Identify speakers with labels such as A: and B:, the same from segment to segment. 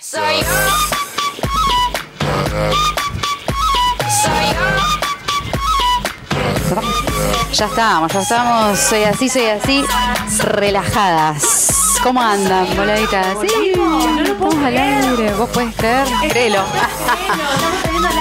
A: Soy yo. Soy yo.
B: Ya estamos, ya estamos. Soy así, soy así. Relajadas. ¿Cómo andan, boladitas? Sí, no lo podemos al aire. ¿Vos puedes creer? Créelo.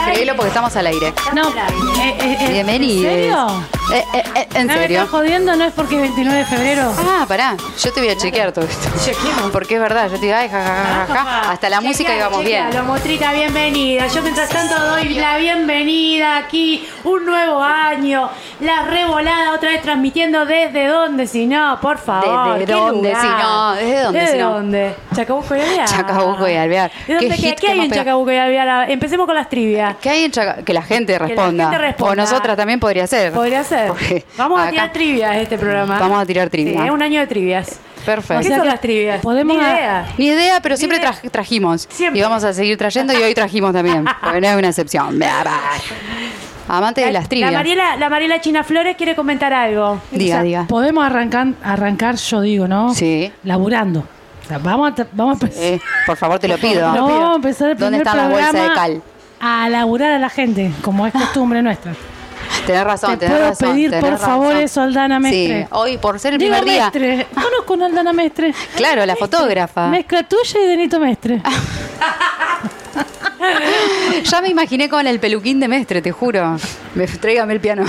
B: Créelo porque estamos al aire.
C: No, eh, eh, eh,
B: Bienvenidos.
C: ¿En serio?
B: Eh, eh, eh, ¿En
C: no me estás
B: serio?
C: jodiendo, no es porque 29 de febrero.
B: Ah, pará. Yo te voy a chequear todo esto.
C: Chequeamos.
B: Porque es verdad, yo te digo, ay, ja, ja, ja, ja, ja. Hasta la música íbamos bien.
C: Lomotrita, bienvenida. Yo mientras tanto doy la bienvenida aquí, un nuevo año, la revolada otra vez transmitiendo desde dónde, si no, por favor.
B: ¿Desde
C: ¿qué
B: dónde,
C: lugar?
B: si no? ¿Desde dónde, si no?
C: dónde? Chacabuco y Alvear.
B: Chacabuco y Alvear.
C: ¿De
B: ¿Qué
C: dónde? ¿Qué,
B: hit
C: qué
B: que
C: hay
B: más
C: en
B: pega?
C: Chacabuco y Alvear? Empecemos con las trivias.
B: Que, hay en Chaca- que la gente
C: gente
B: responda.
C: responda.
B: O nosotras también podría ser.
C: Podría ser.
B: Porque
C: Vamos a
B: acá-
C: tirar trivias este programa.
B: Vamos a tirar
C: Sí,
B: trivia.
C: es un año de trivias.
B: Perfecto.
C: O sea que las trivias?
D: podemos-
C: Ni idea.
B: Ni idea, pero siempre
C: idea.
B: traj- trajimos.
C: Siempre.
B: Y vamos a seguir trayendo y hoy trajimos también. Porque no es una excepción. Amante de las
C: La
B: trivias.
C: Mariela, la Mariela China Flores quiere comentar algo.
B: Diga, diga.
D: Podemos arrancar, arrancar, yo digo, ¿no?
B: Sí.
D: Laburando. O sea, vamos a, tra- vamos a empezar.
B: Eh, por favor, te lo pido.
D: No, vamos a empezar el
B: ¿Dónde
D: primer
B: están las bolsas de
D: programa
B: cal?
D: A laburar a la gente, como es costumbre nuestra.
B: Tenés razón,
D: Te
B: tenés
D: puedo
B: razón.
D: pedir,
B: tenés
D: por
B: razón.
D: favor, eso, Aldana
B: Sí,
D: Mestre.
B: hoy por ser el
D: Digo
B: primer día.
D: Mestre, conozco una Aldana Mestre.
B: Claro, la fotógrafa.
D: Mezcla tuya y de Nito Mestre.
B: Ya me imaginé con el peluquín de Mestre, te juro. Me, tráigame el piano.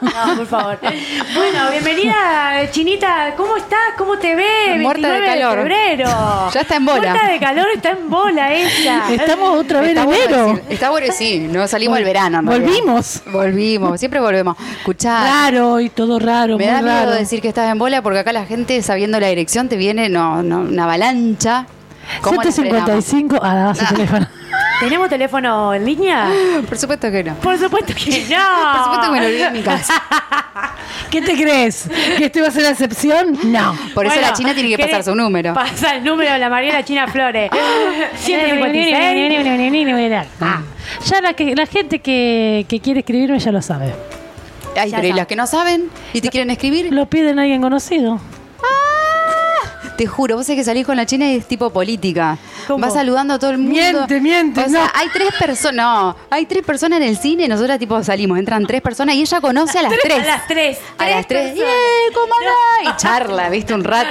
C: No, por favor. bueno, bienvenida, eh, Chinita. ¿Cómo estás? ¿Cómo te ves?
B: Muerta de
C: 29
B: calor.
C: febrero.
B: Ya está en bola.
C: Muerta de calor, está en bola ella.
D: Estamos otra vez
B: Está
D: en
B: bueno
D: enero.
B: decir- está bueno, sí, no salimos
D: Vol-
B: el verano. en realidad.
D: volvimos.
B: Volvimos, siempre volvemos. Escuchá,
C: Ah.
D: Raro y todo raro,
B: me
D: muy
B: da miedo
D: raro.
B: decir que estás en bola porque acá la gente sabiendo la dirección te viene no, no, una avalancha. ¿Cómo la frenamos?
D: 155, ah, daba su teléfono.
C: ¿Tenemos teléfono en línea?
B: Por supuesto que no.
C: Por supuesto que no.
B: Por supuesto que me lo olvidé en mi casa.
D: ¿Qué te crees? ¿Que esto iba a ser la excepción? No.
B: Por eso
C: Bueno,
B: la China tiene que
C: ¿querés-
B: pasar su número.
C: Pasa el número de la Mariela China Flores. 756.
D: Ah, ya la, que, la gente que, que quiere escribirme ya lo sabe.
B: Ay,
C: Ya
B: pero y
C: está.
B: las que no saben y te quieren escribir,
D: Lo piden a alguien conocido.
B: Te juro, vos es que salís con la China y es tipo política.
C: ¿Cómo?
B: Vas saludando a todo el mundo.
D: Miente, miente,
B: O sea,
D: no.
B: hay tres personas, no, hay tres personas en el cine, nosotras tipo salimos, entran tres personas y ella conoce a las tres.
C: A las tres.
B: A las tres.
C: personas.
B: ¡Eh, ¿Cómo andás? Y charla, viste, un rato.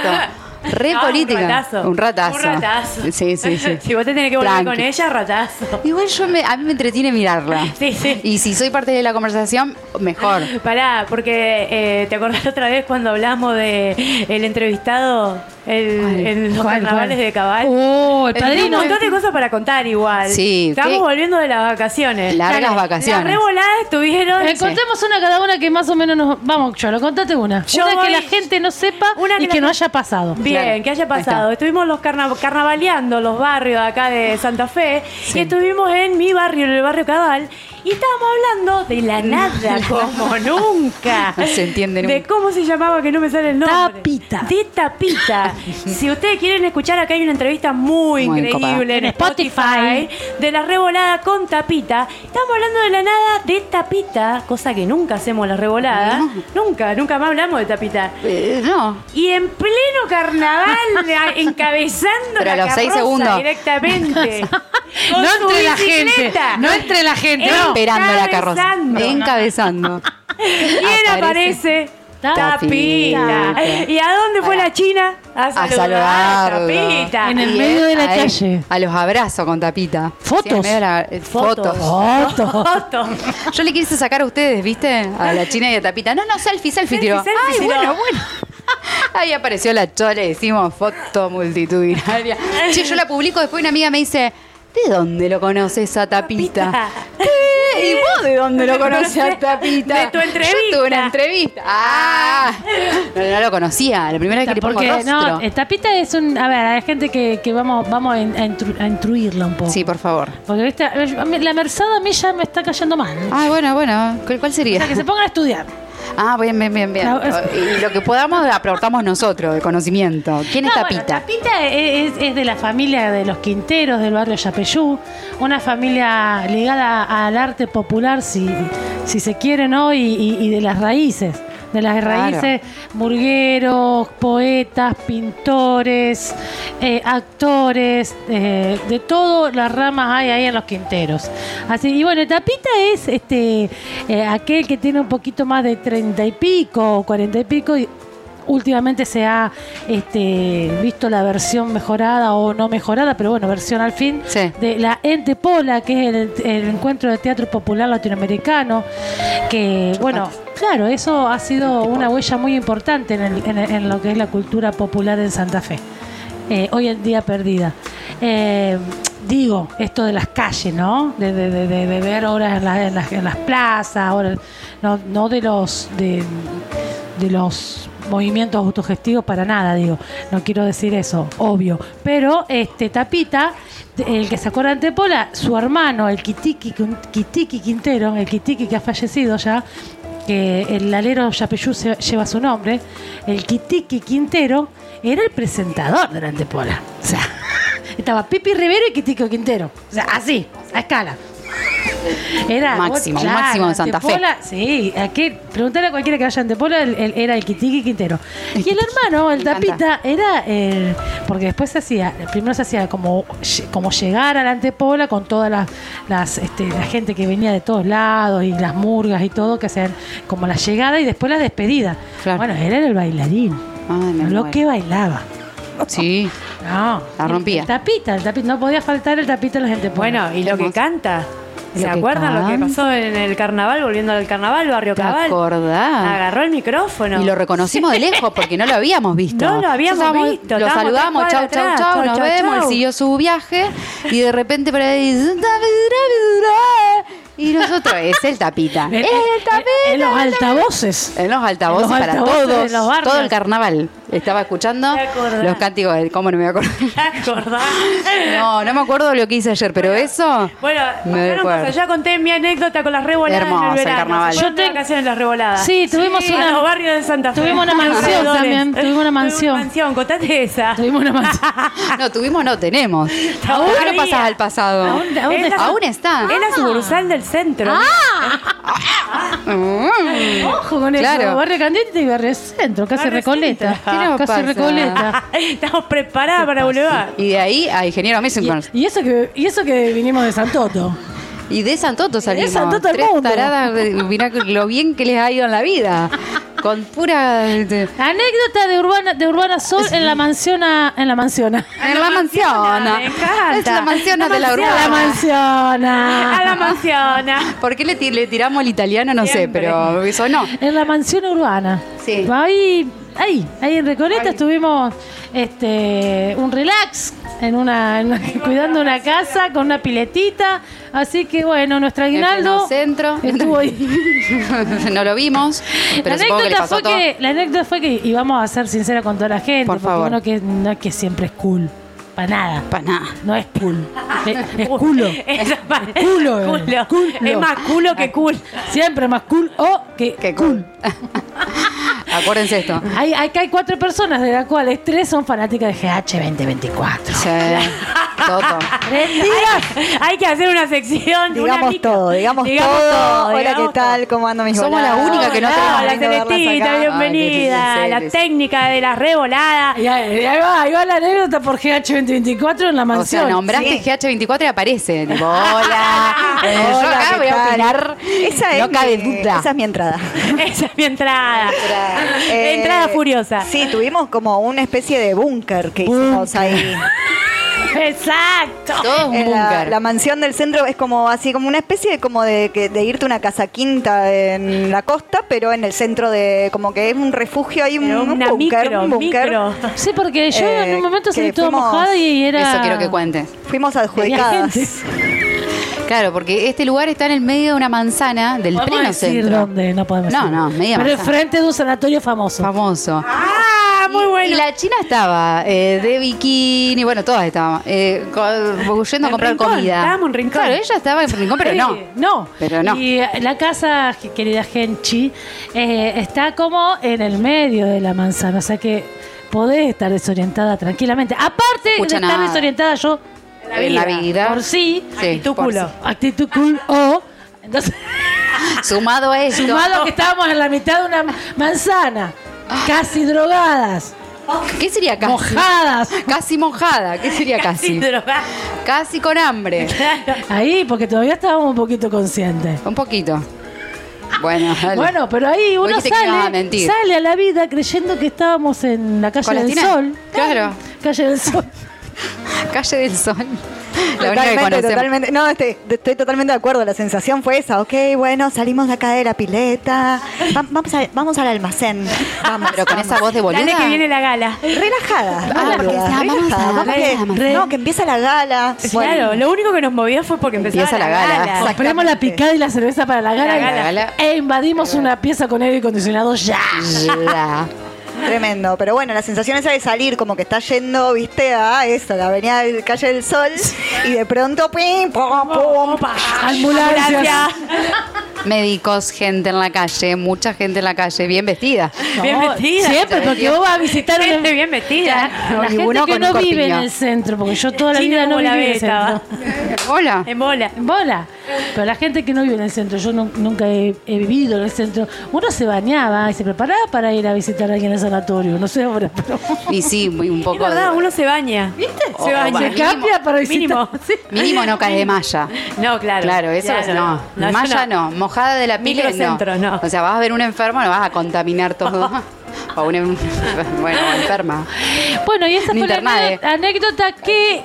B: Re
C: No,
B: política.
C: Ah, Un ratazo.
B: Un ratazo.
C: Un ratazo.
B: Sí, sí, sí.
C: si vos te tenés que volver
B: Tranqui.
C: con ella, ratazo.
B: Igual yo me, a mí me entretiene mirarla.
C: Sí, sí.
B: Y si soy parte de la conversación, mejor.
C: Pará, porque eh, te acordás otra vez cuando hablamos de el entrevistado el-
B: Ay,
C: en los
D: ¿cuál,
C: carnavales
D: cuál?
C: de Cabal.
D: Oh,
B: Uh, El
D: el
C: Tenemos
D: padrino.
C: un montón de cosas para contar igual.
B: Sí,
C: Estamos
B: ¿qué?
C: volviendo de las vacaciones.
B: Largas vacaciones.
C: Las revoladas estuvieron.
D: Eh, contemos una cada una que más o menos nos. Vamos, Cholo, contate una.
C: Yo
D: una que
C: voy-
D: la gente no sepa
C: Una que
D: y
C: la
D: que no
C: gente-
D: haya pasado.
C: Bien,
B: Claro.
C: que
B: Ahí
C: haya pasado. Estuvimos los carna- carnavaleando los barrios de acá de Santa Fe y estuvimos en mi barrio, en el barrio Cabal, y estábamos hablando de la nada como nunca.
B: No se entiende
C: De
B: nunca.
C: cómo se llamaba que no me sale el nombre.
D: Tapita.
C: De tapita. si ustedes quieren escuchar acá hay una entrevista muy,
B: Muy encopada.
C: increíble en
D: En Spotify.
C: Spotify de la revolada con tapita. Estamos hablando de la nada de tapita, cosa que nunca hacemos las revoladas. Nunca, nunca más hablamos de tapita.
B: Eh, no.
C: Y en pleno carnaval, la- encabezando
B: Pero
C: la
B: a los seis
C: carroza
B: segundos.
C: directamente. Con
D: No
C: su
D: entre la gente.
C: bicicleta.
D: No entre la gente.
C: Eh,
D: No.
B: Esperando la carroza.
C: Encabezando.
B: Encabezando.
C: ¿Quién aparece? Tapita.
B: Tapita.
C: ¿Y a dónde fue
B: Pará.
C: la China? A saludar.
B: saludarlo.
C: Tapita.
D: En el
B: Y
D: medio
B: él
D: de la
B: a él,
D: calle.
B: a los abrazos con tapita.
D: Fotos.
B: Sí, en medio de la- eh, fotos.
D: Otto.
C: Foto.
B: Yo le quise sacar a ustedes, ¿viste? A la china y a tapita. No, no, selfie, selfie,
C: Selfie,
B: tiró.
C: selfie,
B: Ay,
C: tiró.
B: bueno, bueno. Ahí apareció la chola y decimos foto multitudinaria. Che, yo la publico, después una amiga me dice, ¿de dónde lo conoces a tapita? ¿Qué? ¿Y vos de dónde lo conoces a tapita?
C: De tu entrevista.
B: Yo tuve una entrevista. Ah, no, no lo conocía. La primera vez que le pongo
D: Porque,
B: rostro.
D: no, eh, Tapita es un. A ver, hay gente que, que vamos, vamos a, in- a intru- a intruirla un poco.
B: Sí, por favor.
D: Porque viste, a ver, a mí- la merzada a mí ya me está cayendo mal.
B: Ay, Ah, bueno, bueno. ¿Cuál, cuál
D: O
B: sería?
D: sea, que se pongan a estudiar.
B: Ah, bien, bien, bien, bien.
D: No, es-
B: Y lo que podamos aportamos nosotros de conocimiento. ¿Quién es
D: No, bueno,
B: Tapita?
D: Tapita es, es de la familia de los Quinteros del barrio Yapeyú, una familia ligada al arte popular, si, si se quiere, ¿no? Y, y- y de las raíces. de las
B: Claro.
D: raíces, burgueros, poetas, pintores, eh, actores, eh, de todas las ramas hay ahí en los quinteros. Así, y bueno, Tapita es este eh, aquel que tiene un poquito más de treinta y pico, cuarenta y pico, y últimamente se ha este, visto la versión mejorada o no mejorada, pero bueno, versión al fin,
B: Sí.
D: de la Ente Pola, que es el, el encuentro de teatro popular latinoamericano, que bueno, claro, eso ha sido una huella muy importante en, el- en- en lo que es la cultura popular en Santa Fe, eh, hoy en día perdida. Eh, digo, esto de las calles, ¿no? De, de- de- de- de ver obras en, las- en las, en las plazas, ahora, no, no de los... De, de los movimientos autogestivos para nada, digo. No quiero decir eso, obvio. Pero este Tapita, el que sacó la antepola, su hermano, el Kitiki, Kitiki Quintero, el Kitiki que ha fallecido ya, que el alero Yapeyú se- lleva su nombre, el Kitiki Quintero era el presentador de la antepola. O sea, estaba Pipi Rivero y Kitiki Quintero. O sea, así, a escala. Era
B: Máximo, máximo en Santa Fe.
D: Antepola, Sí, aquí, preguntarle a cualquiera que vaya a Antepola, el- el- era el Kitiki Quintero. Y el hermano, el
B: Me encanta.
D: Tapita, era el. Porque después se hacía, primero se hacía como, lle- como llegar a la Antepola con toda la, las, este, la gente que venía de todos lados y las murgas y todo, que hacían como la llegada y después la despedida.
B: Claro.
D: Bueno, él era el bailarín,
B: Ay, me
D: lo
B: muero.
D: que bailaba.
B: Sí.
D: No,
B: La
D: el-
B: rompía.
D: El, tapita, el tapita, no podía faltar el tapita en las Antepolas.
C: Bueno, y lo que canta.
B: Lo
C: ¿Se
B: que
C: acuerdan lo que
B: canta.
C: pasó en el carnaval, volviendo al carnaval, Barrio
B: ¿Te
C: Cabal?
B: acordás?
C: Agarró el micrófono.
B: Y lo reconocimos de lejos porque no lo habíamos visto.
C: No lo habíamos
B: Estábamos-
C: visto,
B: Lo
C: estábamos
B: saludamos,
C: tres
B: chau,
C: cuadras
B: chau,
C: atrás,
B: chau,
C: chau,
B: nos
C: chau,
B: vemos.
C: chau.
B: Él siguió su viaje y de repente por ahí dice, Y nosotros, es el tapita.
D: En-
B: ¡Es
D: en-
B: el tapita!
D: en- en los altavoces.
B: En los altavoces,
D: En los
B: para
D: altavoces de los
B: todos,
D: barrios.
B: todo el carnaval. Estaba escuchando
C: ¿Te acordás?
B: los cánticos de cómo no me acuerdo.
C: ¿Te acordás?
B: No, no me acuerdo lo que hice ayer, pero eso
C: Bueno,
B: me
C: pasaron cosas.
B: acuerdo.
C: ya conté mi anécdota con las reboladas
B: Hermoso,
C: en
B: el
C: el verano.
B: carnaval.
C: Yo
B: Yo
C: tengo vacaciones en las reboladas.
D: Sí, tuvimos una-
C: en los barrios de Santa Fe.
D: Tuvimos una mansión
C: Alrededores.
D: también, tuvimos una mansión.
C: mansión, contate esa.
D: Tuvimos una mansión.
B: No, tuvimos, no tenemos.
C: Aún
B: ¿Por qué no
C: había.
B: pasás al pasado?
D: Aún- aún
C: Es la-
D: está.
B: Aún está.
C: Es la sucursal del centro.
B: Mm.
D: Ojo con
B: Claro.
D: eso, Barrio Candente y Barrio Centro, casi
C: Barrio
D: Recoleta.
C: Centro.
B: ¿Qué nos
D: casi
B: pasa?
D: Recoleta.
C: Estamos preparadas para Boulevard.
B: Mm. Y de ahí a Ingeniero Mason
D: Y,
B: con-
D: y eso que, y eso que vinimos de Santoto.
B: Y de Santoto salimos.
D: Santoto al
B: Tres
D: mundo.
B: taradas, eh, mirá que- lo bien que les ha ido en la vida. Con pura... este,
D: Anécdota de Urbana, de Urbana Sol en la mansión a- en la mansión. a-
B: en la mansión.
C: me encanta.
B: Es la mansión de la
D: A la
B: urbana.
D: mansión.
C: A la mansión.
B: ¿Por qué le, ti- le tiramos el italiano? No
C: Siempre.
B: sé, pero eso no.
D: En la mansión urbana.
B: Sí.
D: Ahí, ahí, ahí en Recoleta estuvimos este, un relax, en una, en una- cuidando una casa con una piletita. Así que bueno, nuestro aguinaldo
B: Entre centro.
D: estuvo ahí.
B: no lo vimos, pero
D: la
B: supongo que le
D: anécdota
B: pasó
D: fue
B: todo.
D: que la anécdota fue que y vamos a ser sinceros con toda la gente
B: Por
D: porque
B: favor.
D: uno que no es que siempre es cool para nada
B: Pa' nada.
D: no es cool es, es culo
C: Esa parte.
D: Culo,
C: culo.
D: culo.
C: Es más culo que cool.
D: siempre más cool o que
B: Qué cool. Acuérdense esto.
D: hay, acá hay cuatro personas de las cuales tres son fanáticas de GH 2024
B: Sí. Toto.
C: Hay, hay que hacer una sección. una
E: Digamos
C: micro.
E: todo, digamos, todo. Hola,
C: digamos
E: ¿qué tal?
C: todo.
E: ¿Cómo ando mis
B: Somos la
E: voladas?
B: única que no
C: Hola,
B: tenemos
C: La
E: Lindo verlas
C: Celestita,
E: acá.
C: bienvenida.
B: Ay, qué
C: la
B: difícil.
C: técnica de la revolada.
D: y ahí, y ahí va ahí va la anécdota por GH 2024 en la
B: O
D: mansión
B: sea, nombraste GH24 y aparece. Tipo, hola. Eh,
E: Hola,
B: Yo acá
E: ¿qué
B: voy a
E: tal?
B: opinar.
E: Esa es
B: no cabe
E: mi-
B: duda.
E: Esa es mi entrada.
C: Esa es mi entrada.
E: Eh,
C: entrada furiosa.
E: Sí, tuvimos como una especie de búnker que hicimos ahí.
C: Exacto.
B: Todo es un
E: En la,
B: búnker.
E: la mansión del centro es como así, como una especie de, como de, que- de irte a una casa quinta en la costa, pero en el centro de, como que es un refugio, hay un,
C: Pero
E: un
C: una
E: búnker,
C: micro,
E: un búnker.
C: micro.
D: sí porque yo en
E: Eh,
D: un momento
E: que
D: salí toda
E: fuimos-
D: mojada y era
B: Eso quiero que cuentes.
E: Fuimos
D: Tenía
E: adjudicadas.
D: gente.
B: Claro, porque este lugar está en el medio de una manzana del
D: podemos
B: pleno
D: decir
B: centro.
D: dónde no podemos
B: No,
D: decir.
B: no, media
D: pero
B: manzana.
D: enfrente de un sanatorio famoso
B: Famoso.
C: Ah, muy
B: Y-
C: bueno.
B: Y la China estaba eh, de bikini, bueno, todas estaban eh, co- yendo a
C: En
B: comprar
C: rincón,
B: comida.
C: estábamos en rincón.
B: Claro, ella estaba en rincón, pero
D: Sí,
B: no.
D: No.
B: Pero no.
D: Y eh, la casa, je- querida Genchi, eh, está como en el medio de la manzana, o sea que podés estar desorientada tranquilamente. Aparte
B: Escucha
D: de estar
B: nada.
D: desorientada yo,
B: En la vida.
D: por sí,
B: Sí,
C: Y tu
B: por
C: culo.
B: sí.
D: actitud cool o... Entonces,
B: Sumado a esto.
D: Sumado que estábamos en la mitad de una manzana, casi drogadas,
B: ¿Qué sería Ah. casi?
D: mojadas.
B: Casi mojada. ¿Qué sería casi?
C: droga.
B: Casi con hambre.
D: Ahí, porque todavía estábamos un poquito conscientes.
B: Un poquito. Bueno, dale.
D: Bueno, pero ahí uno
B: dijiste que ibas a
D: sale,
B: mentir.
D: sale a la vida creyendo que estábamos en la calle del
B: Colatina.
D: sol.
B: Claro.
D: Calle del sol.
B: Calle del Sol. La única que
E: Totalmente,
B: conocemos.
E: totalmente. No, estoy, estoy totalmente de acuerdo. La sensación fue esa. Ok, bueno, salimos de acá de la pileta. Va- vamos, a- vamos al almacén. Vamos.
B: Pero con esa voz de boluda.
C: Dale que viene la gala.
E: Relajada.
B: Ah, porque
E: boluda,
B: está, vamos
E: relajada,
B: a-
E: vamos
B: re-
E: que-
B: re-
E: no, que empieza la gala.
C: Claro, lo único que nos movía fue porque empezaba
B: Empieza la gala. Exacto.
D: Compramos la picada y la cerveza para la gala,
C: La gala.
B: gala.
D: e invadimos una pieza con aire acondicionado ya.
B: Ya.
E: Tremendo. Pero bueno, la sensación esa de salir, como que está yendo, viste, a eso, la avenida de Calle del Sol. Y de pronto, pim, pum, pum, pa.
D: Ambulancias.
B: Médicos, gente en la calle, mucha gente en la calle, bien vestida.
C: Bien
D: No,
C: metida.
D: Siempre, porque vos vas a visitar un-
C: Gente bien metida.
D: La
B: Y
D: gente
B: uno
D: que
B: con
D: no
B: un
D: vive en
B: corpiño.
D: el centro, porque yo toda la
C: Chino
D: vida no
C: como la
D: viví en el
C: beta,
D: centro.
B: Hola.
C: En bola.
D: En bola. Pero la gente que no vive en el centro, yo nu- nunca he, he vivido en el centro. Uno se bañaba y se preparaba para ir a visitar a alguien al sanatorio. No sé ahora, pero.
B: Y sí, muy- un
C: Es
B: poco. de-
C: verdad,
B: Oh,
C: uno se baña. ¿Viste? Se
B: O
C: baña.
B: baña.
D: Se cambia para visitar.
C: Mínimo. sí.
B: Mínimo no cae de malla.
C: No, claro.
B: Claro, eso es-
C: Claro,
B: no.
C: no, yo
B: Malla no. Mojada de la piel
C: Microcentro, no.
B: O sea, vas a ver un enfermo, no vas a contaminar todo. o un en- bueno, enferma.
D: Bueno, y esta
B: Un
D: fue la
B: internade.
D: anécdota- anécdota que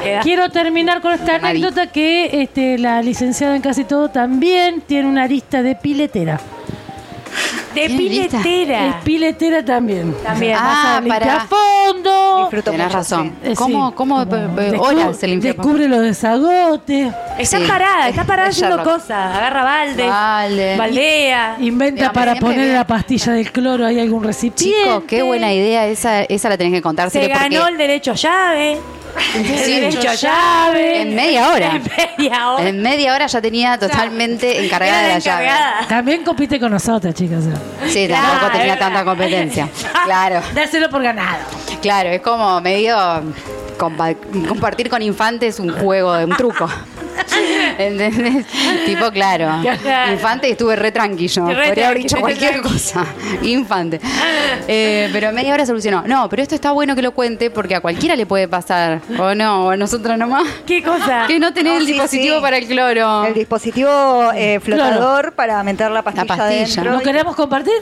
C: queda.
D: quiero terminar con esta
B: Nadie.
D: anécdota que este, la licenciada en casi todo también tiene una arista de piletera.
C: De
B: Bien, lista.
C: piletera.
D: Es piletera también.
C: También.
B: Ah,
D: Vas a limpiar
B: para-
D: fondo.
E: Disfruto
B: Tenés
E: mucho,
B: razón.
D: Eh, sí.
B: ¿Cómo, cómo, pe- pe-
D: Descu-
B: horas se limpia?
D: Descubre los desagotes.
C: Está
B: Sí.
C: parada, está parada
B: Es
C: haciendo
B: Sherlock.
C: cosas. Agarra baldes.
B: Balde.
C: Baldea.
D: Inventa
B: Digamos,
D: para
B: siempre
D: poner
B: bien.
D: la pastilla del cloro, hay algún recipiente.
B: Chicos, qué buena idea. Esa, esa la tenés que contar.
C: Se ganó el derecho a llave. El
B: Sí.
C: derecho a llave.
B: En media hora.
C: En media hora.
B: En media hora ya tenía totalmente encargada
C: Era
B: de la
C: encargada.
B: llave.
D: También compite con ¿eh? nosotras, chicas.
B: Sí,
C: Claro,
B: tampoco tenía
C: era.
B: tanta competencia. Claro,
D: Dáselo por ganado.
B: claro, es como medio compa- compartir con infantes un juego, un truco. ¿Entendés? Tipo, claro.
C: Claro.
B: Infante y estuve re tranquilo.
C: Re
B: Podría haber
C: tranqui,
B: dicho
C: re
B: cualquier
C: tranqui.
B: cosa. Infante. Eh, pero en media hora solucionó. No, pero esto está bueno que lo cuente porque a cualquiera le puede pasar. O no, o a nosotros nomás.
C: ¿Qué cosa?
B: Que no tenés
E: No,
B: el
E: sí,
B: dispositivo
E: sí.
B: para el cloro.
E: El dispositivo eh, flotador para meter la pastilla,
B: pastilla.
E: adentro.
D: ¿Lo queremos compartir?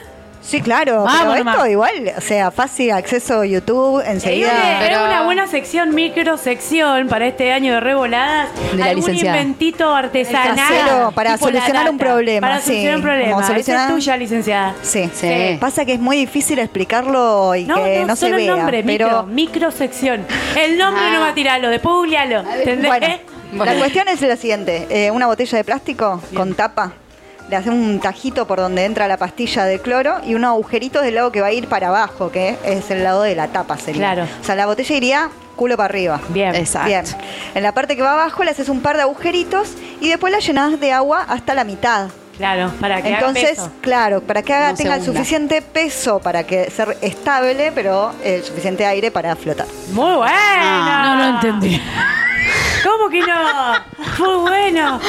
E: Sí, claro.
D: Vamos
E: pero
D: nomás.
E: esto igual, o sea, fácil acceso a YouTube enseguida.
C: Era
B: Pero-
C: una buena sección, micro sección para este año de revoladas.
B: De la
C: Algún
B: licenciada.
C: inventito artesanal.
E: Casero, para
C: tipo la
E: solucionar un
C: nata,
E: problema,
C: Para
E: sí.
C: solucionar un problema.
E: Como
C: Esa
E: solucionar-
C: es tuya, licenciada.
E: Sí.
B: Sí.
E: Pasa que es muy difícil explicarlo y
C: No,
E: que
C: no,
E: no, se
C: solo el
E: vea.
C: nombre,
E: pero
C: micro, micro sección. El nombre
B: Ah.
C: no va a tirarlo, después googlealo. ¿Entendés? ¿Eh?
E: Bueno,
B: Bueno.
E: la cuestión es la siguiente: eh, una botella de plástico con tapa. Le hacemos un tajito por donde entra la pastilla de cloro y unos agujeritos del lado que va a ir para abajo, que es el lado de la tapa, sería.
C: Claro.
E: O sea, la botella iría culo para arriba.
C: Bien.
B: Exacto.
E: Bien. En la parte que va abajo le haces un par de agujeritos y después la llenas de agua hasta la mitad.
C: Claro, para que haga
E: Entonces,
C: peso.
E: claro, para que haga,
B: No se
E: tenga el
B: hunda.
E: suficiente peso para que ser estable, pero el suficiente aire para flotar.
C: Muy bueno.
B: Ah.
D: No lo entendí.
C: ¿Cómo que no? Muy bueno.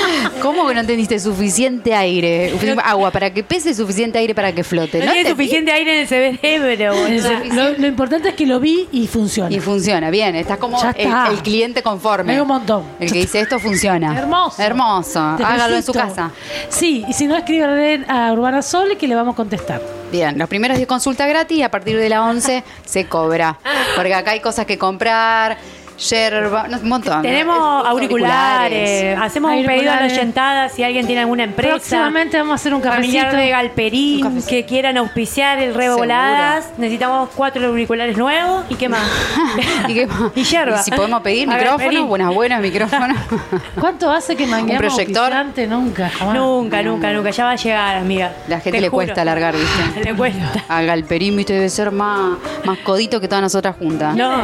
B: ¿Cómo que no entendiste suficiente aire? Sufici- Agua, para que pese suficiente aire para que flote.
C: No, tiene
B: entendí?
C: suficiente aire en el cerebro, boludo.
D: Lo, lo importante es que lo vi y funciona.
B: Y funciona, bien. Estás como
D: Ya
B: el,
D: está.
B: el cliente conforme.
D: Hay un montón.
B: El que dice esto funciona.
D: Hermoso.
B: Hermoso.
D: Te
B: Hágalo en su
D: felicito.
B: casa.
D: Sí, y si no, escriban a Urbana Sole que le vamos a contestar.
B: Bien, los primeros 10 consultas gratis y a partir de la 11 se cobra. Porque acá hay cosas que comprar, yerba, no, un montón.
C: Tenemos
B: Eh,
C: auriculares, hacemos un pedido a la
D: Auriculares.
C: oyentada si alguien tiene alguna empresa.
D: Próximamente vamos a hacer un cafecito.
C: Familiar de Galperín,
B: Un cafecito.
C: que quieran auspiciar el Rebo
B: Seguro.
C: Voladas. Necesitamos cuatro auriculares nuevos. ¿Y qué más?
B: ¿Y, qué más?
C: Y yerba.
B: si podemos pedir
C: A
B: micrófonos,
C: Galperín.
B: buenas, buenas micrófonos.
D: ¿Cuánto hace que mangueamos
B: proyector.
D: auspiciante? Nunca, jamás.
C: Nunca, nunca, nunca. Ya va a llegar, amiga.
B: La gente
C: Te
B: le
C: juro.
B: cuesta alargar, ¿viste?
C: Le cuesta.
B: A Galperín, viste, debe ser más, más codito que todas nosotras juntas.
C: No.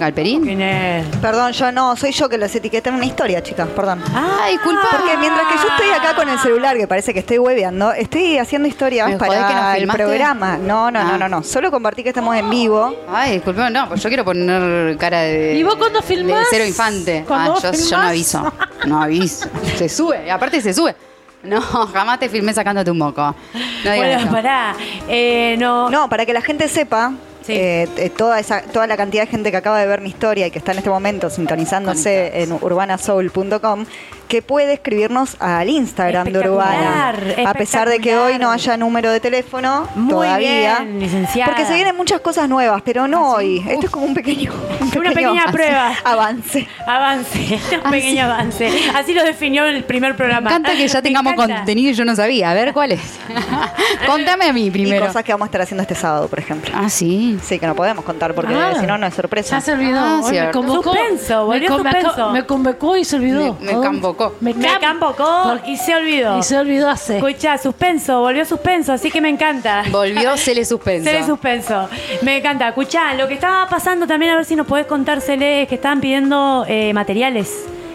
B: ¿Galperín?
C: ¿Quién es?
E: Perdón, yo no, soy yo que los etiqueté en una historia, chicas, perdón.
B: Ah, disculpa.
E: Porque mientras que yo estoy acá con el celular, que parece que estoy hueveando, estoy haciendo historias
B: ¿Me jodés que nos
E: para el
B: filmaste?
E: programa. No, no,
B: Ah.
E: no, no, no. Solo compartí que estamos en vivo.
B: Ay, disculpa, no, pues yo quiero poner cara de.
D: ¿Y vos cuándo
B: de
D: filmás?
B: cero infante.
D: ¿Cuándo
B: ah,
D: vos
B: yo, yo no
D: filmás?
B: aviso. No aviso. Se sube, aparte se sube. No, jamás te filmé sacándote un moco. No digas
C: bueno,
B: eso.
C: pará. Eh, no.
E: No, para que la gente sepa.
C: Sí.
E: eh, t- toda, esa, toda la cantidad de gente que acaba de ver mi historia y que está en este momento sintonizándose en urbanasoul.com, que puede escribirnos al Instagram de Urbana.
C: Espectacular,
E: A pesar de que
C: espectacular.
E: hoy no haya número de teléfono,
C: Muy
E: todavía.
C: bien, licenciada.
E: Porque se vienen muchas cosas nuevas, pero no hoy. Esto es como un pequeño, un
C: Una pequeña
E: avance-
C: prueba.
E: Avance.
C: Avance, este es un pequeño avance. Así lo definió el primer programa.
B: Ah, Me encanta que ya
C: Me
B: tengamos
C: encanta.
B: contenido y yo no sabía. A ver, ¿cuál es? Contame a mí
E: Y
B: primero.
E: cosas que vamos a estar haciendo este sábado, por ejemplo.
B: Ah, sí.
E: Sí, que no podemos contar porque
D: Ah.
E: si no, no es sorpresa.
D: Ya se olvidó.
B: Ah,
D: Hoy me
B: cierto.
D: convocó.
C: Suspenso,
D: me,
C: volvió
D: con- me co-
C: suspenso.
D: me convocó y se olvidó.
B: Me- me convocó.
C: Me convocó y se olvidó.
D: Y se olvidó hace.
C: Escucha, suspenso, volvió suspenso, así que me encanta.
B: Volvió, se le suspenso.
C: Cele suspenso. Me encanta. Escuchá, lo que estaba pasando también, a ver si nos podés contar, Cele, es que estaban pidiendo eh, materiales.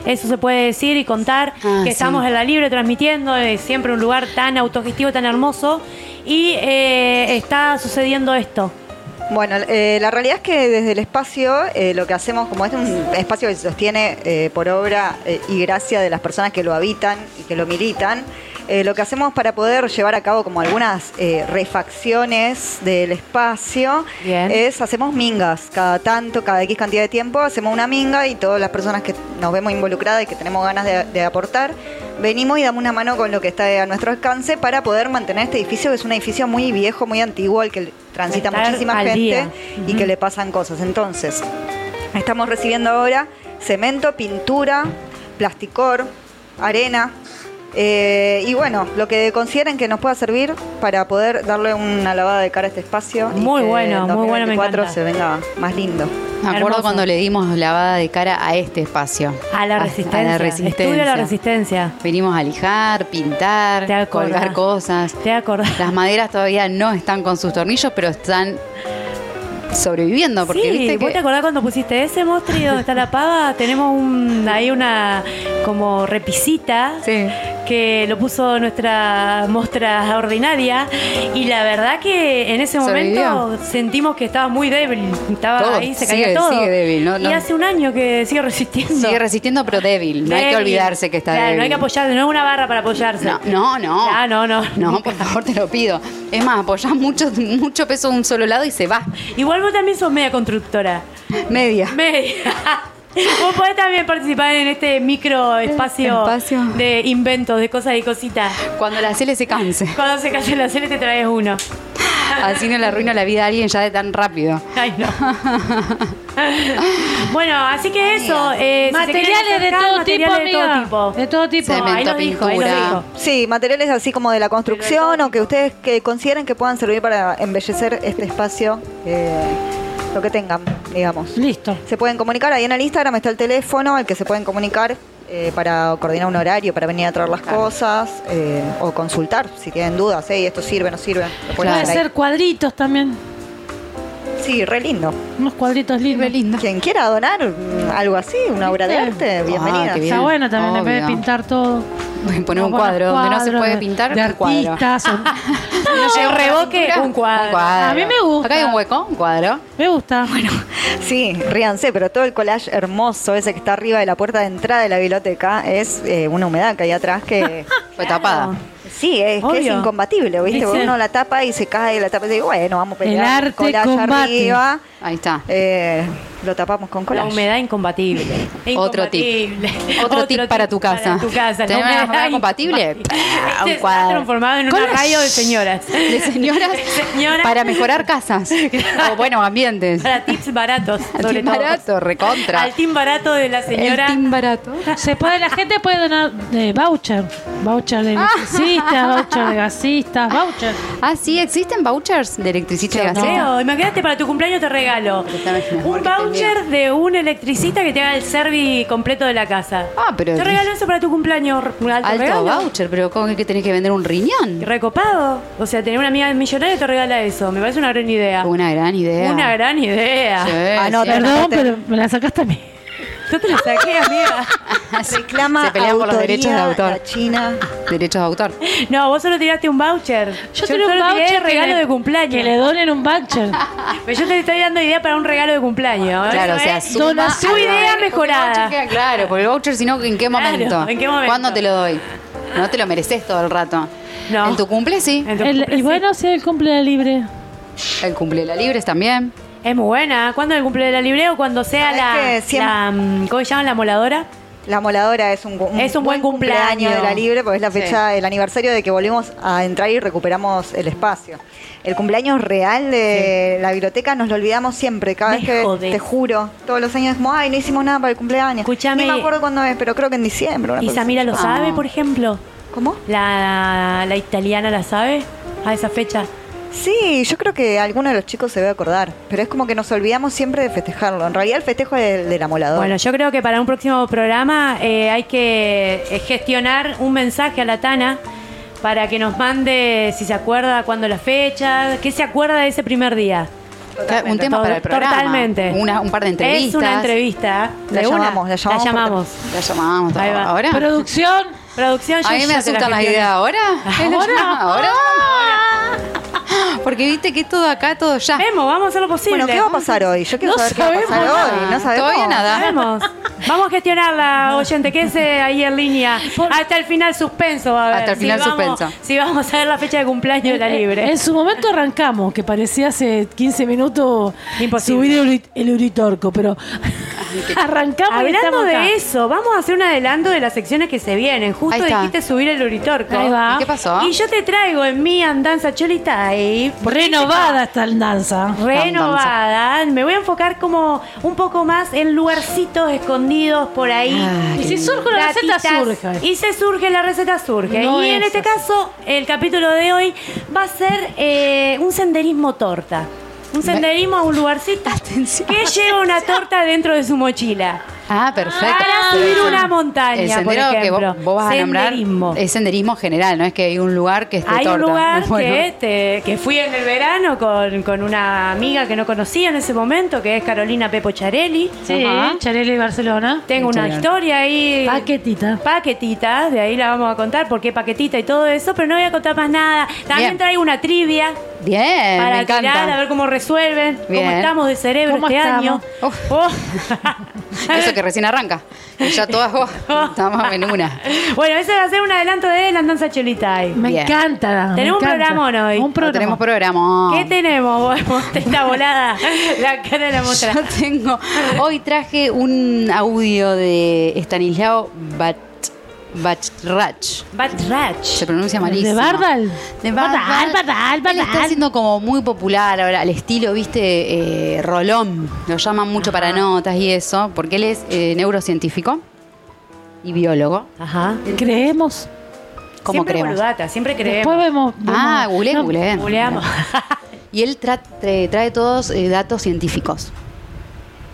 C: Eso se puede decir y contar
B: Ah, sí.
C: que estamos en la libre transmitiendo, eh, siempre un lugar tan autogestivo, tan hermoso. Y eh, está sucediendo esto.
E: Bueno, eh, la realidad es que desde el espacio eh, lo que hacemos, como es un espacio que se sostiene eh, por obra eh, y gracia de las personas que lo habitan y que lo militan, eh, lo que hacemos para poder llevar a cabo como algunas eh, refacciones del espacio
B: Bien.
E: es hacemos mingas. Cada tanto, cada X cantidad de tiempo, hacemos una minga y todas las personas que nos vemos involucradas y que tenemos ganas de, de aportar, venimos y damos una mano con lo que está a nuestro alcance para poder mantener este edificio, que es un edificio muy viejo, muy antiguo, al que transita
C: Estar
E: muchísima
C: al
E: gente
C: día.
E: y que le pasan cosas. Entonces, estamos recibiendo ahora cemento, pintura, plasticor, arena. eh, y bueno, lo que consideren que nos pueda servir para poder darle una lavada de cara a este espacio. y
C: Muy
E: que
C: bueno,
E: en
C: muy bueno, me
E: 2024
C: encanta.
E: se venga más lindo.
B: Me acuerdo
C: Hermoso.
B: cuando le dimos lavada de cara a este espacio.
C: A la resistencia.
B: A la resistencia.
C: Estudio a la resistencia.
B: Venimos a lijar,
C: Te
B: pintar,
C: acordás.
B: colgar cosas.
C: ¿Te acordás?
B: Las maderas todavía no están con sus tornillos, pero están sobreviviendo. Porque
C: sí,
B: viste
C: ¿vos
B: que.
C: te acordás cuando pusiste ese monstruo y donde está la pava? Tenemos un, ahí una como repisita
B: Sí.
C: que lo puso nuestra mostra ordinaria y la verdad que en ese momento
B: Sobrevivió.
C: sentimos que estaba muy débil, estaba
B: Todo,
C: ahí, se
B: sigue-
C: caía todo.
B: sigue débil, ¿no?
C: Y
B: No.
C: hace un año que sigue resistiendo.
B: Sigue resistiendo, pero débil. No hay que
C: Débil.
B: olvidarse que está
C: Claro,
B: débil.
C: no hay que apoyarse, no es una barra para apoyarse.
B: No, no, no.
C: Ah, no, no.
B: No, por favor, te lo pido. Es más, apoyás mucho, mucho peso de un solo lado y se va.
C: Igual vos también sos media constructora.
B: Media.
C: Media. Vos podés también participar en este micro espacio,
B: Espacio.
C: de inventos, de cosas y cositas.
B: Cuando la Cele se canse.
C: Cuando se calle la serie te traes uno.
B: Así no le arruino la vida a alguien ya de tan rápido.
C: Ay, no. bueno, así que eso. eh, si se quieren
D: materiales de
C: acercar,
D: todo tipo,
C: materiales de todo
D: amiga.
C: tipo.
D: De todo tipo.
B: Cemento,
C: ahí los dijo, ahí los
B: pintura.
C: dijo.
E: Sí, materiales así como de la construcción o que ustedes que consideren que puedan servir para embellecer este espacio, eh, lo que tengan, digamos.
D: Listo.
E: Se pueden comunicar, ahí en el Instagram está el teléfono al que se pueden comunicar eh, para coordinar un horario, para venir a traer las cosas eh, o consultar si tienen dudas, hey, esto sirve, no sirve. lo pueden
D: Puede
E: hacer ahí.
D: ser cuadritos también.
E: Sí, re lindo.
D: Unos cuadritos
B: Qué
D: lindos.
B: lindo.
E: Quien quiera donar mm, algo así, una obra de
D: ¿Viste?
E: arte, bienvenida.
B: Ah, qué bien.
D: Está bueno también, en vez de
B: Obvio.
D: pintar todo.
B: Poner un
D: Unos
B: cuadro donde no se
D: cuadros
B: puede
D: de-
B: pintar.
D: De
B: un cuadro.
D: artistas. son-
B: Si no
C: un
B: llega
C: reboque,
B: pintura,
C: un cuadro.
D: A mí me gusta.
B: Acá hay un hueco, un cuadro.
D: Me gusta. Bueno,
E: Sí, ríanse, pero todo el collage hermoso ese que está arriba de la puerta de entrada de la biblioteca es eh, una humedad que hay atrás que...
B: Fue tapada.
E: Sí, es que es
C: Obvio.
E: incombatible, ¿viste?
D: Sí, sí.
E: Uno la tapa y se cae, la tapa y dice, bueno, vamos a pelear.
D: arte combate.
E: arriba.
B: Ahí está.
E: Eh, lo tapamos con
C: La
E: collage.
C: humedad incompatible.
B: Otro tip.
C: Incompatible.
B: Otro tip para tu casa.
C: Para tu casa.
B: ¿Tenés una humedad compatible?
C: incompatible.
B: A un
C: Este se ha
B: cuadro.
C: transformado en una
B: Collage.
C: radio de señoras.
B: De señoras,
C: Señoras.
B: para mejorar casas. O bueno, ambientes.
C: Para tips baratos,
B: Al
C: sobre
B: team
C: todo.
B: barato, recontra.
C: Al team barato de la señora.
B: El team barato.
D: se puede, la gente puede donar eh, voucher. Voucher de electricistas, voucher de gasistas, voucher.
B: Ah, sí, ¿existen vouchers de electricidad y
C: Te
B: gaseo?
C: creo. Imagínate, para tu cumpleaños te regalo
B: está bien,
C: un
B: porque
C: voucher de un electricista que te haga el servi completo de la casa.
B: Ah, pero-
C: Te regalo eso para tu cumpleaños. Un alto,
B: Alto
C: regalo.
B: voucher, pero ¿cómo es que tenés que vender un riñón?
C: Recopado. O sea, tener una amiga millonaria te regala eso. Me parece una gran idea.
B: Una gran idea.
C: Una gran idea.
B: Sí,
E: Ah, no,
B: sí. Ah.
D: Perdón,
E: anote.
D: pero me la sacaste a mí.
C: Yo te lo saqué, amiga.
E: Reclama
B: Se pelean por los
E: autoría,
B: derechos de autor.
E: la China.
B: Derechos de autor.
C: No, vos solo tiraste un voucher.
D: Yo, tengo un
C: solo tiré
D: voucher que
C: regalo
D: le-
C: de cumpleaños.
D: Que le donen un voucher.
C: Pero yo te estoy dando idea para un regalo de cumpleaños.
B: Claro, o
C: Eso
B: sea,
C: es
B: suma
C: dona- su
B: al-
C: idea
B: porque el
C: mejorada.
B: voucher queda- claro, por el voucher, sino ¿en qué
C: Claro,
B: momento?
C: ¿en qué momento?
B: ¿Cuándo te lo doy? No te lo mereces todo el rato.
C: No.
B: En tu cumple sí.
C: En tu
D: El-
C: cumple,
D: y
C: sí.
D: bueno, si el cumple de libre.
B: El cumple de la Libres también.
C: Es muy buena. ¿Cuándo es el cumple de la libre o cuando sea
E: Sabés
C: la,
E: que siempre-
C: la, mm, ¿Cómo se llama? La moladora.
E: La moladora es un, gu-
C: Es un buen cumpleaños.
E: de la libre porque es la fecha, el aniversario de que volvimos a entrar y recuperamos el espacio. El cumpleaños real de la biblioteca nos lo olvidamos siempre, cada
C: Me
E: vez que
C: jodés.
E: te juro, todos los años es como, ay, no hicimos nada para el cumpleaños.
C: Escuchame.
E: No me acuerdo cuándo es, pero creo que en diciembre. una
C: ¿Y
E: cosa así.
C: Samira lo
E: Ah.
C: sabe, por ejemplo?
E: ¿Cómo?
C: ¿La, la italiana la sabe? A esa fecha.
E: Sí, yo creo que alguno de los chicos se debe acordar, pero es como que nos olvidamos siempre de festejarlo. En realidad el festejo es el de la
B: Ah.
E: moladora.
C: Bueno, yo creo que para un próximo programa eh, hay que eh, gestionar un mensaje a la Tana para que nos mande si se acuerda cuándo la fecha, qué se acuerda de ese primer día.
B: Eh, Un tema
C: Todo-
B: para el programa.
C: Totalmente.
B: Una- un par de entrevistas.
C: Es una entrevista.
E: La
C: de una.
E: llamamos, la llamamos
C: La
E: por
C: llamamos.
B: La llamamos
C: Ahí va.
B: ahora.
D: Producción.
C: Producción, yo
B: a mí me
C: ya te la
B: asustan las
C: gestioné.
B: ideas ahora.
C: ¿Ahora? Ah.
B: ¿Ahora? Porque viste que es todo acá, todo ya.
C: Vemos, vamos a hacer lo posible.
E: Bueno, ¿qué va a pasar hoy? Yo quiero
D: No
E: saber qué va a pasar
D: sabemos
E: hoy. No sabemos.
B: Todavía nada.
C: Vamos. Vamos a gestionarla, oyente, quédese ahí en línea.
D: Por-
C: Hasta el final suspenso va a haber.
B: Hasta el final
C: si vamos,
B: suspenso.
C: Si vamos a ver la fecha de cumpleaños de la libre.
D: En su momento arrancamos, que parecía hace 15 minutos
C: Imposible.
D: subir el, uri- el uritorco, pero arrancamos y
C: Hablando
D: estamos
C: de
D: acá.
C: eso, vamos a hacer un adelanto de las secciones que se vienen. Justo
B: Ahí está.
C: dijiste subir el uritorco.
D: Ahí va.
B: ¿Y qué pasó?
C: Y yo te traigo en mi andanza cholita y
D: Renovada está el danza.
C: renovada. Me voy a enfocar como un poco más en lugarcitos escondidos por ahí.
B: Ah,
D: Y si surge una receta,
C: Platitas.
D: surge.
C: Y se surge, la receta surge.
D: No
C: y en
D: es
C: este
D: así.
C: caso, el capítulo de hoy va a ser eh, un senderismo torta. Un senderismo a un lugarcito
B: Atención.
C: que lleva una torta dentro de su mochila.
B: Ah, perfecto.
C: Para subir una montaña,
B: El
C: por
B: sendero que
C: ejemplo.
B: vos, vos vas a
C: Senderismo.
B: nombrar es senderismo general, no es que hay un lugar que esté
C: Hay
B: torta.
C: un lugar
B: Bueno.
C: que, te- que fui en el verano con, con una amiga que no conocía en ese momento, que es Carolina Pepo Charelli.
D: Sí,
B: Ajá.
D: Charelli Barcelona.
C: Tengo una historia ahí.
D: Paquetita.
C: Paquetita, de ahí la vamos a contar, por qué paquetita y todo eso, pero no voy a contar más nada. También
B: Bien.
C: traigo una trivia
B: Bien, me
C: para
B: encanta.
C: tirar, a ver cómo resuelven,
B: Bien.
C: cómo estamos de cerebro
D: ¿Cómo
C: este
D: estamos?
C: año.
B: Uf.
C: Oh.
B: Eso que recién arranca. Y ya todas vos estamos en una.
C: bueno, ese va a ser un adelanto de la danza cholita ahí.
D: Me
B: Bien.
D: encanta. me
C: Tenemos un
D: encanta.
C: programón hoy.
D: Un programa.
B: Tenemos programa.
C: ¿Qué tenemos? vos? Vos, Esta volada, la cara de la mostra.
B: Yo tengo. Hoy traje un audio de Stanislao Bat, Bachrach.
C: Batrach.
B: Se pronuncia malísimo.
D: ¿De Bardal?
B: De Bardal.
D: Bardal, Bardal, Bardal.
B: Él está siendo como muy popular ahora, al estilo, viste, eh, Rolón. Lo llaman mucho para notas y eso, porque él es eh, neurocientífico y biólogo.
C: Ajá.
D: Creemos.
B: ¿Cómo
C: siempre
B: creemos?
C: boludata, siempre
D: Después
C: creemos.
D: vemos. vemos-
B: Ah, googleé,
D: no,
B: googleé.
C: Googleamos.
B: Y él tra- trae, trae todos eh, datos científicos.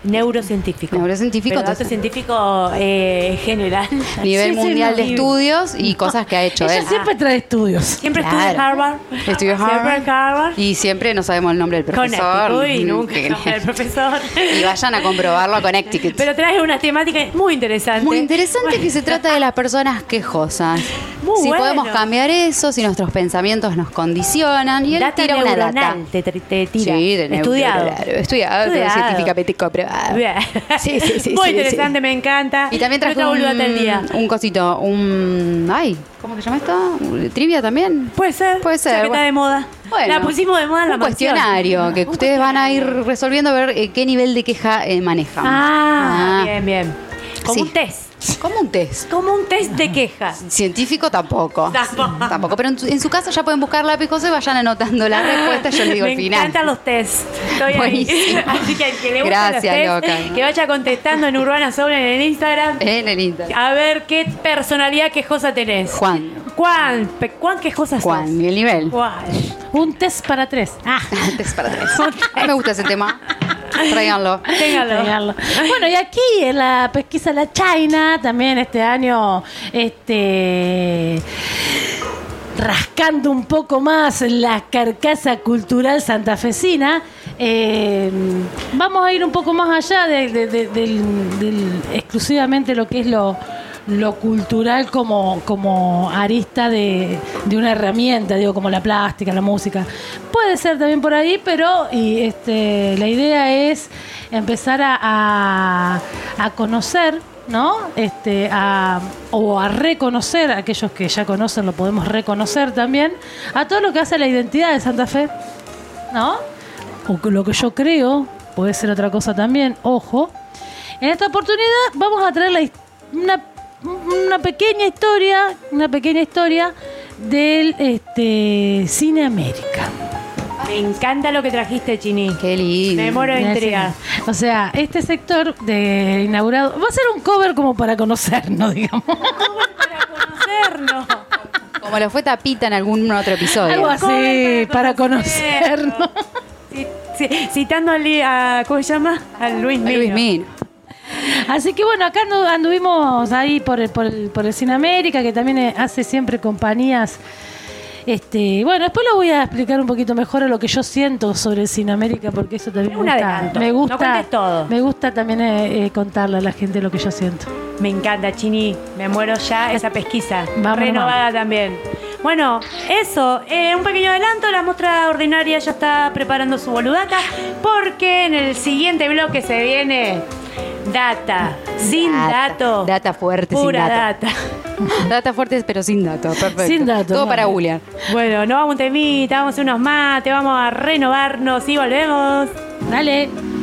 C: Neurocientífico.
B: Neurocientífico,
C: Pero
B: entonces-
C: dato científico eh, general.
B: Nivel
D: Sí, sí,
B: mundial
D: no,
B: de
D: sí.
B: estudios y cosas que ha hecho
D: Ella
B: él.
D: siempre trae estudios.
C: Siempre
B: Claro.
C: estuve en Harvard.
B: Estudió
C: Siempre en
B: Harvard.
C: Harvard.
B: Y siempre no sabemos el nombre del
C: Con
B: profesor.
C: actitud y
B: Mm,
C: nunca
B: que-
C: con el profesor.
B: Y vayan a comprobarlo a Connecticut.
C: Pero trae una temática muy interesante.
B: Muy interesante que se trata de las personas quejosas.
C: Muy
B: si
C: bueno.
B: podemos cambiar eso, si nuestros pensamientos nos condicionan. Y él
C: Data
B: tira una data.
C: neuronal, Te, te- te
B: Sí,
C: tira.
B: de neuro-
C: Estudiado.
B: Estudiado, pero
C: Estudiado.
B: científicamente comprobado.
C: Bien.
B: Sí, sí, sí,
C: Muy
B: sí,
C: interesante,
B: sí.
C: me encanta.
B: Y también trajo
C: Nuestra boludata del día.
B: un, un cosito, un... Ay, ¿cómo se llama esto? ¿Trivia también?
C: Puede ser.
B: Puede ser,
C: Ya que está
B: bueno.
C: de moda.
B: Bueno,
C: la pusimos de moda en la
B: un
C: mansión.
B: cuestionario que ustedes van a ir resolviendo a ver eh, qué nivel de queja eh, manejan.
C: Ah,
B: Ah.
C: bien, bien. Como
B: Sí.
C: un test.
B: Como un test.
C: Como un test de queja.
B: Científico tampoco.
C: Tampoco. Ah,
B: Tampoco. Pero en su, en su casa ya pueden buscar lápiz cosa y vayan anotando la respuesta. Yo les digo
C: Me
B: el final.
C: encantan los test. Estoy ahí.
B: Buenísimo.
C: Así que al que le gusta
B: Gracias,
C: los test,
B: loca. Eh.
C: que vaya contestando en Urbana Sobre en el Instagram.
B: En el Inter.
C: A ver qué personalidad quejosa tenés.
B: Juan.
C: Juan, pe- Juan quejosa
B: Juan,
C: sos.
B: y el nivel.
C: Juan.
D: Un test para tres. Ah.
B: Antes para tres. A mí me gusta ese tema. Tráiganlo.
C: Téngalo.
D: Pegarlo. Bueno, y aquí en la pesquisa La China, también este año, este rascando un poco más la carcasa cultural santafesina, eh, vamos a ir un poco más allá de, de- de- del- del- exclusivamente lo que es lo, lo cultural como, como arista de, de una herramienta, digo, como la plástica, la música. Puede ser también por ahí, pero y este, la idea es empezar a, a- a conocer ¿no? Este, a- o a reconocer, aquellos que ya conocen lo podemos reconocer también, a todo lo que hace a la identidad de Santa Fe, ¿no? O que- lo que yo creo, puede ser otra cosa también, ojo. En esta oportunidad vamos a traer la his- una, una pequeña historia, una pequeña historia del este, Cine América.
C: Me encanta lo que trajiste, Chini.
B: Qué lindo.
C: Me muero de intriga.
D: O sea, este sector de inaugurado va a ser un cover como para conocernos, digamos.
C: Para conocernos.
B: Como lo fue Tapita en algún otro
D: Algo
B: episodio.
D: así.
C: Comen
D: para conocernos.
C: conocernos. Sí, sí, citando al, a, ¿cómo se llama? A Luis Mino.
B: Luis Min.
D: Así que bueno, acá andu- anduvimos ahí por el, por el, por el Cine América, que también eh, hace siempre compañías. Este, bueno, después lo voy a explicar un poquito mejor a lo que yo siento sobre el Cine América, porque eso también
C: Un
D: me gusta.
C: adelanto,
D: me
C: no
D: gusta,
C: cuentes todo.
D: me gusta también eh, eh, contarle a la gente lo que yo siento.
C: Me encanta, Chini. Me muero ya esa pesquisa.
D: Vamos,
C: Renovada también. Bueno, eso, eh, un pequeño adelanto, la muestra ordinaria ya está preparando su boludaca, porque en el siguiente bloque se viene data, sin
B: Data,
C: dato.
B: data fuerte, sin
C: pura
B: dato.
C: data.
B: Data fuertes, pero sin dato. Perfecto.
D: Sin dato,
B: Todo
D: vale.
B: para Julián.
C: Bueno, nos vamos a un temita, vamos a hacer unos mates, vamos a renovarnos y volvemos.
D: Dale.